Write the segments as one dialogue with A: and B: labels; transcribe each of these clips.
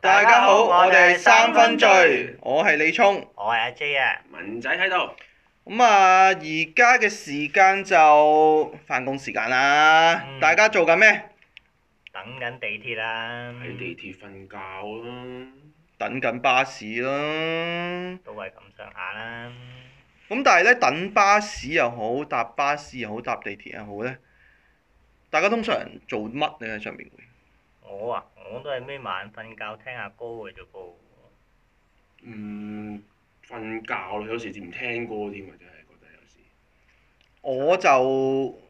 A: 大家好，我哋係三分醉，我係李聰。
B: 我係阿 J 啊，
C: 文仔喺度，
A: 咁啊，而家嘅時間就翻工時間啦。
B: 嗯
A: 大家做緊咩？
B: 等緊地鐵啦，
C: 喺地鐵瞓覺啦。
A: 等緊巴士啦。
B: 都係咁上下啦。
A: 咁但係咧，等巴士又好，搭巴士又好，搭地鐵又好咧，大家通常做乜咧喺上面會？
B: 我啊，我都係咩晚瞓覺聽下歌嘅啫噃。
C: 嗯，瞓覺啦，有時唔聽歌添啊，真係覺得有時。
A: 我就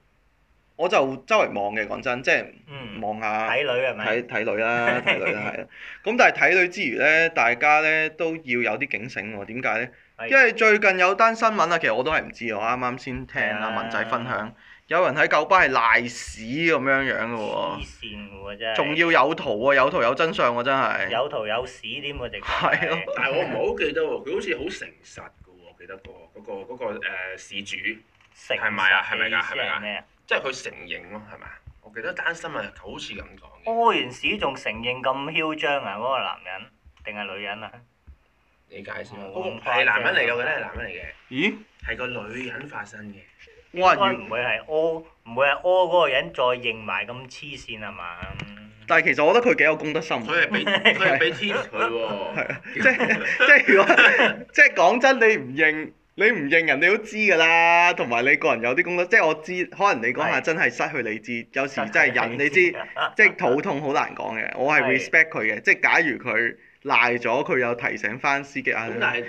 A: 我就周圍望嘅，講真，即係
B: 嗯，
A: 望下。
B: 睇女係咪
A: 啊睇？睇女啦， 睇女啦，係啦。咁但係睇女之餘咧，大家咧都要有啲警醒喎。點解咧？
B: 係
A: 因為最近有單新聞啊，其實我都係唔知，我啱啱先聽阿
B: 係啊
A: 文仔分享，有人喺酒吧係賴屎咁樣樣嘅
B: 黐
A: 喎，
B: 線嘅喎真係。
A: 啊仲要有圖喎，有圖有真相啊喎，真係。
B: 有圖有屎添喎，直頭
A: 係咯
C: 但係我唔係好記得喎，佢好似好誠實嘅喎，我記得個嗰個嗰個誒事主，
B: 誠實
C: 係咪啊係咪㗎
B: 嘅意思
C: 係咪㗎
B: 係咩啊？
C: 即係佢承認咯，係咪啊？我記得單新聞好似咁講嘅。
B: 屙完屎仲承認咁囂張啊！嗰個男人定係女人啊？
C: 你解釋啊？
B: 哦
C: 嗰個係男人嚟嘅，我記得係男人嚟嘅，
A: 咦？
C: 係個女人發生嘅。
A: 哇！
B: 應該
A: 如
B: 唔會係屙，唔會係屙嗰個人再認埋咁黐線啊嘛？
A: 但係其實我覺得佢幾有公德心喎。
C: 佢 係俾佢係俾天佢喎。
B: 啊
A: 即係即係如果 即係講真，你唔認你唔認人，你都知㗎啦。同埋你個人有啲功德，即係我知，可能你嗰下
B: 係
A: 真係失去理智，有時真係人你知，即係肚痛好難講嘅。我係
B: 係
A: respect 佢嘅，即係假如佢賴咗，佢有提醒翻司機啊
C: 咁。但係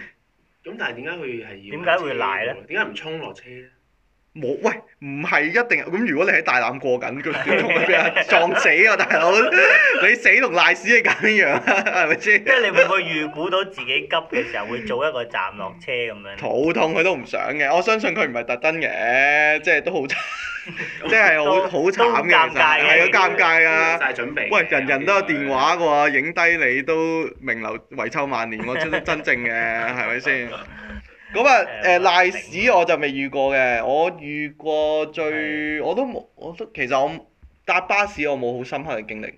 C: 咁但係點解佢係要？
B: 點解會賴咧？
C: 點解唔衝落車咧？
A: 冇喂，唔係一定咁。如果你喺大欖過緊，佢點同佢啊撞死啊大佬！你死同賴屎係咁樣啊，係咪先
B: 即？係你會唔會預估到自己急嘅時候會做一個站落車咁樣？
A: 肚痛佢都唔想嘅，我相信佢唔係特登嘅，即係都好 慘，即係好好慘嘅，其實
B: 都尷尬嘅
A: 係好尷尬
C: 做
A: 啊！
C: 晒準備嘅。
A: 喂，人人都有電
C: 話。
A: 話嘅喎，影低你都名留遺臭萬年喎，真 真正嘅係咪先？咁啊誒
B: 誒
A: 賴屎我就未遇過嘅，我遇過最我都冇，我都其實我搭巴士我冇好深刻嘅經歷，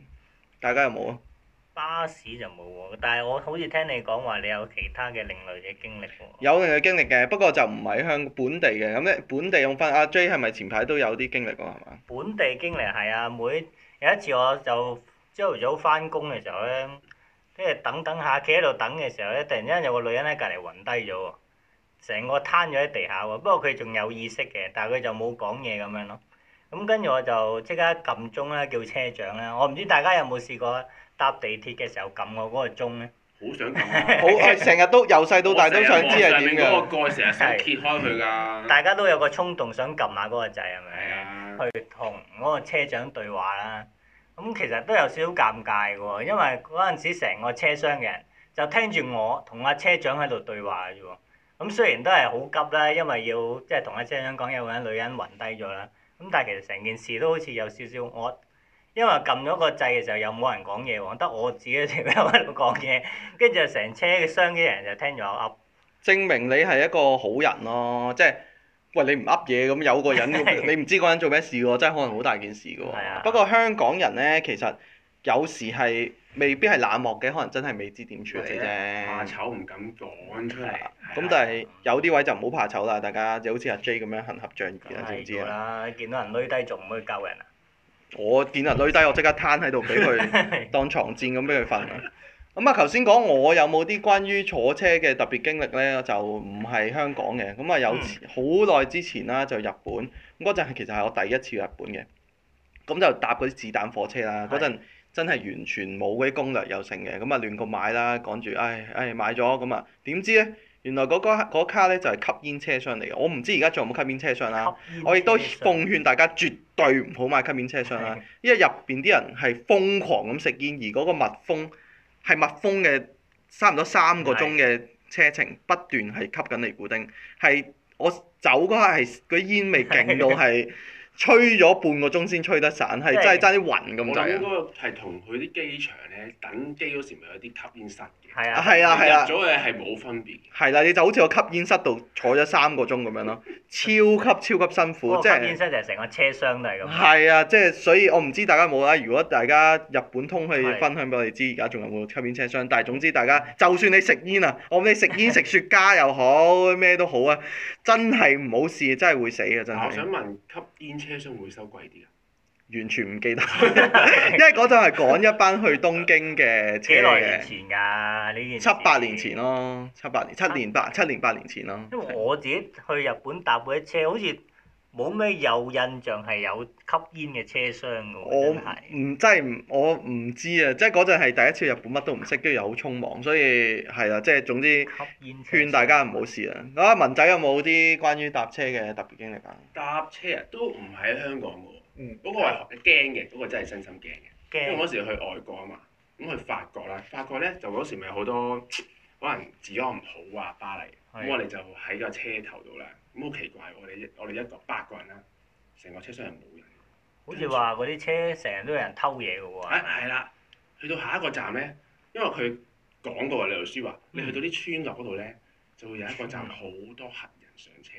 A: 大家有冇啊？
B: 巴士就冇喎，但係我好似聽你講話你有其他嘅另類嘅經歷喎。
A: 有嘅經歷嘅，不過就唔係香本地嘅，咁咧本地用翻阿 J 係咪前排都有啲經歷喎係嘛？
B: 本地經歷係啊，每有一次我就朝頭早翻工嘅時候咧，跟住等等下，企喺度等嘅時候咧，突然之間有個女人喺隔離暈低咗喎，成個攤咗喺地下喎。不過佢仲有意識嘅，但係佢就冇講嘢咁樣咯。咁跟住我就即刻撳鐘啦，叫車長啦。我唔知大家有冇試過搭地鐵嘅時候撳我嗰個鐘咧？
C: 好想撳啊！
A: 好，我成日都由細到大都想知係點
C: 我成日望上面嗰
A: 嘅。
C: 個蓋成日想揭開佢㗎。
B: 大家都有個衝動想撳下嗰個掣係咪？
C: 係啊，
B: 去同嗰個車長對話啦。咁其實都有少少尷尬嘅喎，因為嗰陣時成個車廂嘅人就聽住我同阿車長喺度對話嘅啫喎。咁雖然都係好急啦，因為要即係同阿車長講有個人女人暈低咗啦。咁但係其實成件事都好似有少少我，因為撳咗個掣嘅時候又冇人講嘢喎，得我自己一條友喺度講嘢，跟住就成車嘅廂嘅人就聽咗啊我
A: 證明你係一個好人咯，即係喂你唔噏嘢咁有個 人，
B: 係
A: 你唔知嗰個人做咩事喎，真係可能好大件事嘅
B: 係
A: 喎。
B: 啊
A: 不過香港人呢，其實有時係未必係冷漠嘅，可能真係未知點處理
B: 啊
C: 怕
A: 啫。
C: 醜唔敢講出嚟。
A: 咁但係有啲位就唔好怕醜啦，大家就好似阿 J 咁樣行合仗義
B: 噏
A: 啦，知唔知
B: 係
A: 啊？
B: 啦，見到人攣低仲唔去 救人啊？
A: 我見人攣低，我即刻攤喺度俾佢當床墊咁俾佢瞓啊！咁啊，頭先講我有冇啲關於坐車嘅特別經歷呢？就唔係香港嘅，咁啊有次好耐之前啦，就日本咁嗰陣其實係我第一次去日本嘅，咁就搭嗰啲子彈火車啦，
B: 係
A: 嗰陣真係完全冇嗰啲攻略有成嘅，咁啊亂咁買啦，趕住唉唉買咗咁啊，點知呢？原來嗰個嗰卡呢就係吸煙車廂嚟嘅，我唔知而家仲有冇吸煙車廂啦。
B: 吸煙
A: 啊我亦都
B: 車廂
A: 奉勸大家絕對唔好買吸煙車廂啦，因為入邊啲人係瘋狂咁食煙，而嗰個密封係密封嘅，差唔多三個鐘嘅車程不斷係吸緊尼古丁，係我走嗰下係嗰啲煙味勁到係吹咗半個鐘先吹得散，係真係爭啲暈
C: 我
A: 咁
C: 諗
A: 滯
C: 嗰
A: 啊！
C: 個係同佢啲機場咧等機嗰時咪有啲吸煙室嘅，
B: 係啊，
A: 係啊係啊
C: 入，咗嘅係冇分別嘅。
A: 係啦，你就好似我吸煙室度坐咗三個鐘咁樣咯，超級超級辛苦，
B: 嗰
A: 即
B: 個吸煙
A: 係
B: 室就係成個車廂都係咁。
A: 係啊，即係所以我唔知大家有冇啦。如果大家日本通去
B: 係
A: 分享俾我哋知，而家仲有冇吸煙車廂？但係總之大家就算你食煙啊，我諗你食煙食雪茄又好， 咩都好啊，真係唔好試，真係會死嘅真
B: 啊
C: 但我想
A: 係，
C: 問吸煙車廂會收貴啲啊？
A: 完全唔 記得， 因為嗰陣係趕一班去東京嘅車
B: 幾耐年
A: 嘅。
B: 前㗎呢件？
A: 七八年前。咯，七八年、七
B: 啊
A: 年八、七年八年前咯。
B: 因為我自己去日本搭嗰啲車，好似冇咩有印象係有吸煙嘅車廂㗎
A: 我
B: 喎，真係。
A: 唔真係唔，我唔知啊！即係嗰陣係第一次去日本乜都唔識，跟住又好匆忙，所以係啦，即係總之
B: 吸煙車廂
A: 勸大家唔好試啦。啊，文仔有冇啲關於搭車嘅特別經歷啊？
C: 搭車啊，都唔喺香港嘅喎。
A: 嗯
C: 嗰個係驚嘅，嗰個真係真心驚嘅。因為
B: 驚
C: 嗰時去外國啊嘛，咁去法國啦，法國咧就嗰時咪好多可能治安唔好啊，巴黎，
B: 係
C: 咁我哋就喺個車頭度啦，咁好奇怪，我哋一我哋一個八個人啦，成個車廂係冇人，
B: 好似話嗰啲車成日都有人偷嘢㗎
C: 啊
B: 喎，
C: 係啦，去到下一個站咧，因為佢講過啊，李律師話，你去到啲村落嗰度咧，就會有一個站好多黑人上車，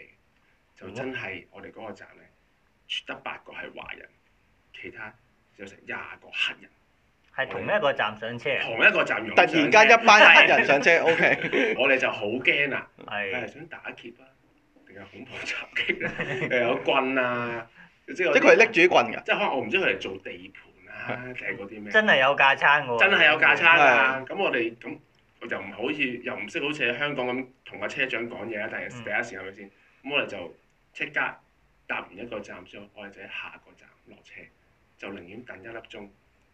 C: 就真係我哋嗰個站咧，得八個係華人，其他有成廿個黑人，
B: 係同一個站上車，
C: 同一個站用
A: 突然間一班黑人上車，OK，
C: 我哋就好驚 啦，佢係
B: 係
C: 想打劫啊，定係恐怖襲擊 咧？又有棍啊，即係有啲
A: 即係佢係拎住啲棍㗎。
C: 即係可能我唔知佢哋做地盤啊，定係嗰啲咩？
B: 真係有架撐㗎喎。
C: 真係有架差啊！咁我哋咁我就唔好似又唔識好似喺香港咁同個車長講嘢啊，第
B: 嗯
C: 第一時間係咪先？咁我哋就即刻搭完一個站之後，我哋就喺下個站落車，就寧願等一粒鐘，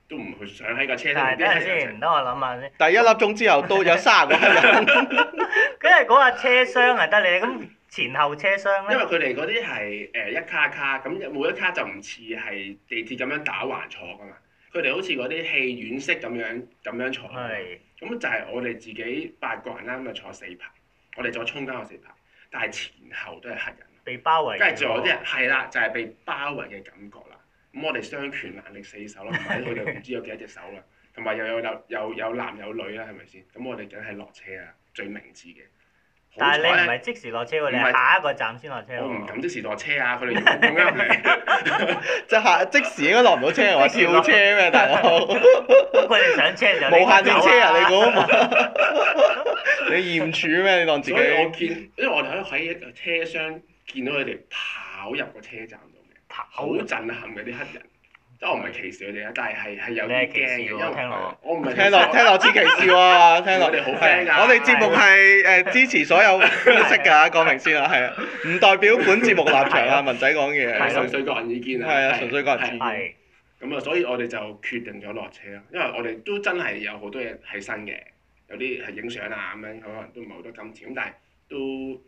C: 都唔去上喺架車
B: 但係
C: 上
B: 等
C: 邊
B: 陣 先，等我諗下先。
A: 第一粒鐘之後都有卅個黑人，
B: 因為嗰架車廂係得你，咁前後車廂
C: 因為
B: 咧，
C: 佢哋嗰啲係呃誒一卡卡，咁每一卡就唔似係地鐵咁樣打橫坐噶嘛，佢哋好似嗰啲戲院式咁樣咁樣坐，
B: 係
C: 咁就係我哋自己八個人啦，咁就啊坐四排，我哋坐中間嗰四排，但係前後都係黑人，
B: 被包圍。
C: 跟住仲有啲啊人係啦，就係、被包圍嘅感覺啦。咁我哋雙拳難力四手啦，唔係佢哋唔知有幾多隻手啦，同埋又有有有有男有女啦，係咪先？咁我哋梗係落車啦，最明智嘅。
B: 但係你
C: 好彩啊
B: 唔
C: 呢
B: 係即時落車喎，你
C: 唔係
B: 係下一個站先落車喎。
C: 我唔敢即時落車啊！佢哋咁啱嚟，
A: 即係即時應該落唔到車喎，
B: 即時
A: 跳
B: 落
A: 車咩大 佬？
B: 不過你上車就
A: 無限列車啊！你估 你驗柱咩？你當自己
C: 所以我見，因為我哋喺一個車廂見到佢哋跑入個車站度嘅，
B: 跑
C: 好震撼嘅啲黑人。即係我唔係歧視佢哋啊，但係係係有
B: 你係
C: 啲
B: 歧
C: 驚
B: 視
C: 嘅，因
B: 喎，
C: 為
B: 聽落。
C: 我唔係
A: 聽落
C: 歧視
A: 聽落知歧視喎， 聽落啊
C: 我哋好 friend 㗎啊
A: 我哋節目係誒支持所有膚色㗎，講明先啦，係啊，唔代表本節目立場啊，文仔講嘢
C: 係
A: 係
C: 純粹個人意見啊，
A: 啊，純粹個人主
C: 係
A: 義。
B: 係
C: 咁啊，所以我哋就決定咗落車啦，因為我哋都真係有好多嘢係新嘅，有啲係影相啊咁樣，可能都唔係好多金錢，咁但係都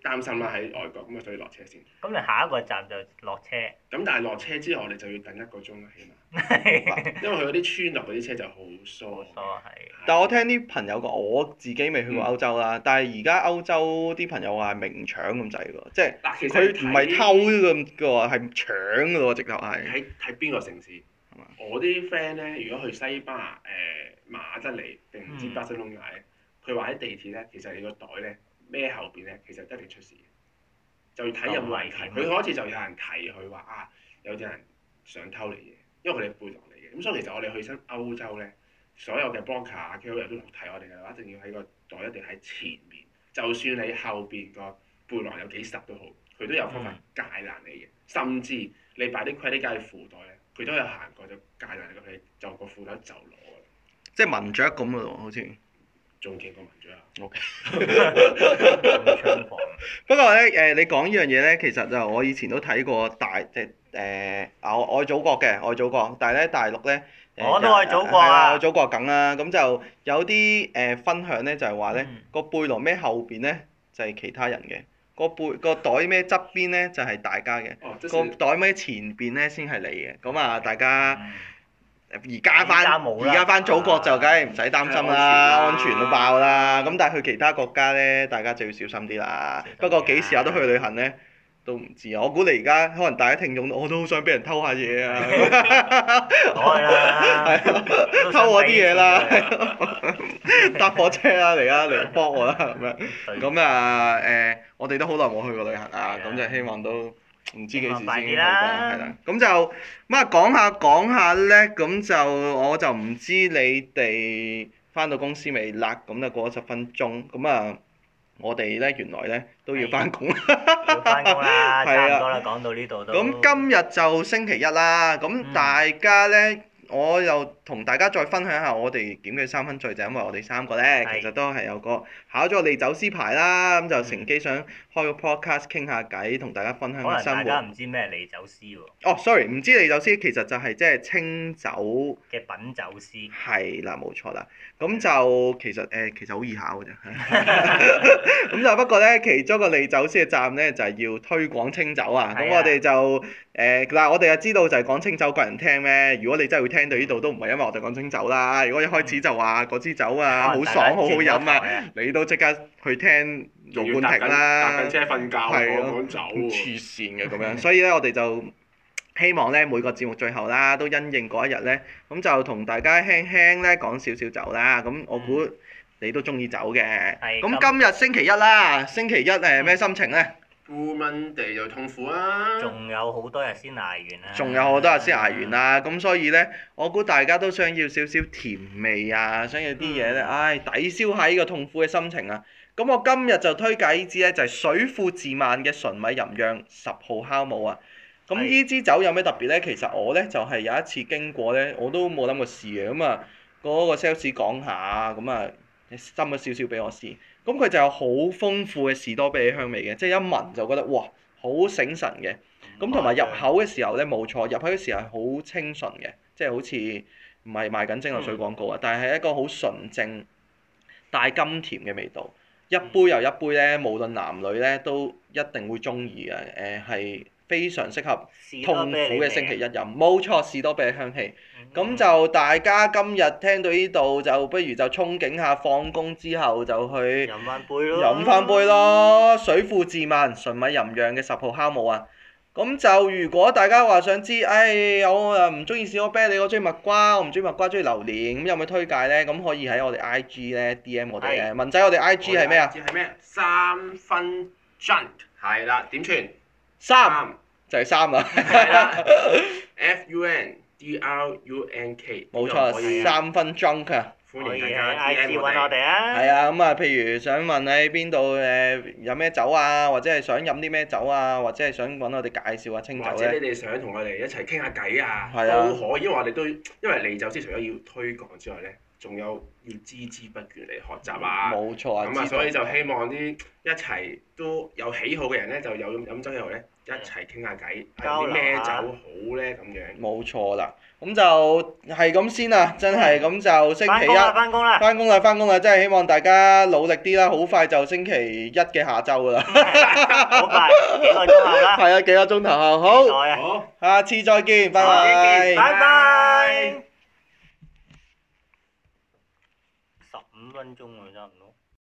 C: 擔心啦喺外國，咁啊所以落車先。
B: 咁你下一個站就落車。
C: 咁但係落車之後，我哋就要等一個鐘啦，起碼，
A: 嗯
C: 因為佢嗰啲村落嗰啲車就好
B: 冇
C: 疏。
B: 錯係。
A: 但我聽啲朋友講，我自己未去過
B: 嗯
A: 歐洲啦，但係而家歐洲啲朋友話係明搶咁滯喎，即係
C: 嗱，其
A: 佢
C: 實
A: 唔係偷咁嘅喎，係搶嘅喎，直頭係。
C: 睇睇邊個城市
A: 係嘛。
C: 我啲 friend 咧，如果去西班牙誒馬德里定唔知
B: 嗯
C: 巴塞隆拿咧，佢話喺地鐵咧，其實你個袋咧孭後邊咧，其實一定出事嘅，就要睇有冇
A: 哦
C: 人提。
B: 咁
C: 佢開始就有人提佢話啊，有啲人想偷你嘢，因為佢哋背囊嚟嘅。咁所以其實我哋去親歐洲咧，所有嘅 broker 啊、q 都提我哋嘅話，一定要喺個袋一定喺前面，就算你後邊個背囊有幾實都好，佢都有方法
B: 嗯
C: 戒難你嘅，甚至。你擺啲 credit 卡喺褲袋咧，佢都有行過就戒爛佢，就個褲袋就攞㗎啦，
A: 即係文雀咁嘅喎，好似。
C: 仲勁過文章啊！
B: 咁槍房。
A: 不過咧，誒、你講呢樣嘢咧，其實就我以前都睇過大即係誒，啊我愛祖國嘅愛祖國，但係咧大陸咧，誒
B: 我都愛祖國啊
A: 係啦愛祖國梗啦，咁就有啲誒、分享咧，就係話咧
B: 嗯
A: 個背囊孭後邊咧就係、其他人嘅，個背個袋孭側邊咧就係、大家嘅，
C: 哦，即
A: 個
C: 係
A: 袋孭前邊咧先係你嘅，咁啊大家。
B: 嗯
A: 而家翻
B: 而家冇啦啊
A: 而家翻祖國就梗係唔使擔心啦，
C: 係
A: 安
C: 安
A: 全
C: 全啦
A: 到爆啦。咁但係去其他國家咧，大家就要小心啲啦
B: 小心啲。啊
A: 不過幾時有得去旅行咧？都唔知啊！我估你而家可能大家聽眾都，我都好想俾人偷下嘢啊，
B: 攞去啦，都想
A: 偷我啲嘢啦
B: 俾錢㗎
A: 搭火車啦嚟啊，嚟幫我啦咁樣。
B: 對
A: 咁啊誒，我哋都好耐冇去過旅行啊，
B: 係啊
A: 咁就希望都唔知幾時先去
B: 希望快
A: 過，
B: 啲
A: 係
B: 啦
A: 啦。咁就咁啊講下講下咧，咁就我就唔知你哋翻到公司未啦，咁就過咗十分鐘，咁啊我哋咧原來咧都要翻工啦。
B: 要翻工啦，
A: 係啊
B: 差唔多啦，講到呢度都。
A: 咁今日就星期一啦，咁
B: 嗯
A: 大家呢，我又同大家再分享下我哋檢嘅三分醉，就因為我哋三個呢，
B: 係
A: 其實都係有個考咗利酒師牌啦，咁就乘機想開個 podcast 傾下偈，同大家分享
B: 嗯可
A: 下
B: 能大
A: 生
B: 家
A: 活。
B: 唔知咩利酒師喎，
A: 哦，sorry，唔知利酒師其實就係即係清酒，
B: 嘅品酒師。
A: 係啦，冇錯啦。咁就其實誒、其實好易考嘅啫。 咁就不過呢，其中一個利酒師嘅責任呢，就係、要推廣清酒啊。咁
B: 係啊
A: 我哋就誒嗱、我哋又知道就係講清酒個人聽咩。如果你真係會聽到呢度，都唔係因為我哋講清酒啦。如果一開
B: 嗯
A: 始就話嗰支酒
B: 哦
A: 啊好爽好好飲啊，
B: 啊！
A: 你都即刻去聽
C: 仲
A: 盧
C: 要
A: 冠
C: 搭
A: 廷
C: 緊
A: 啦
C: 搭。緊車瞓覺，
A: 係啊
C: 我趕走喎。
A: 黐線嘅咁樣，所以咧我哋就希望咧每個節目最後啦，都因應嗰一日咧，咁就同大家輕輕咧講少少酒啦。咁我估你都中意酒嘅。
B: 係
A: 咁今日星期一啦，星期一誒咩心情咧？
C: 顧問地就痛苦啊！
B: 仲有好多日先捱完啊！
A: 仲有好多日先捱完。啊啦，咁所以咧，我估大家都想要少少甜味啊，想要啲嘢
B: 嗯
A: 咧，唉，抵消下呢個痛苦嘅心情啊。咁我今日就推介呢支咧，就係、水庫自慢嘅純米吟釀十號酵母啊。咁
B: 係
A: 呢支酒有咩特別咧？其實我咧就係、有一次經過咧，我都冇諗過試嘅，咁啊嗰個 sales 講下，咁啊斟咗少少俾我試。咁佢就有好豐富嘅士多啤梨香味嘅，即係一聞就覺得哇，好醒神嘅。咁
C: 哦
A: 同埋入口嘅時候咧，冇錯，入口嘅時候係好清純嘅，即係好似唔係賣緊蒸餾水廣告啊，但係一個好純正帶甘甜嘅味道。一杯又一杯咧，無論男女咧都一定會中意嘅。誒、係非常適合痛苦嘅星
B: 啊
A: 期一飲，冇錯，士多啤梨香氣。
B: 一
A: 咁就大家今日聽到呢度，就不如就憧憬下放工之後就去。
B: 飲翻杯咯，
A: 飲翻杯。咯，水庫自慢純米吟釀嘅十號酵母啊！咁就如果大家話想知，唉、我啊唔中意士多啤梨，我中意蜜瓜，我唔中意蜜瓜，中意榴蓮，咁有冇推介呢？咁可以喺我哋 I G 呢 D M 我哋咧。文仔，我哋 I G 係咩啊？
C: 知係咩？三分 junk 係啦，點串？
A: 三就係三啊啦，
C: 係 啦，F U N D R U N K，
A: 冇
C: 呢個
A: 錯，
C: 可以
A: 三分 drunk 啊！
B: 可
C: 歡
B: 以
C: 迎
B: 喺
C: 大家
B: I G
C: DM
B: 揾我
C: 哋。
B: 哋啊。
A: 係啊，咁啊，譬如想問喺邊度誒飲咩酒啊，或者係想飲啲咩酒啊，或者係想揾我哋介紹下清酒
C: 或
A: 呢。
C: 者你哋想同我哋一齊傾下偈啊，
A: 係啊
C: 都可以，因為我哋都因為利酒師除咗要推廣之外咧，仲有要孜孜不倦嚟學習啊。
A: 冇錯啊，
C: 咁啊，
A: 知道
C: 所以就希望啲一齊都有喜好嘅人咧，就有飲飲酒嘅後咧，一齊傾下偈，啊
B: 交
C: 有
B: 流
C: 啲咩酒
B: 下
C: 好咧咁樣。
A: 冇錯啦，咁就係咁先啦，真係咁就星期
B: 翻工啦，
A: 一
B: 翻工啦。
A: 翻工啦，翻工啦，真係希望大家努力啲啦，好快就星期一嘅下晝噶啦，
B: 嗯好快，幾個鐘後 啦。
A: 係啊，幾個鐘頭後，好，
B: 好
C: 好。
A: 下次再見，
B: Ờ,
A: 拜
C: 好再
A: 拜
C: 見。
B: 拜拜。十五分鐘喎，差唔多。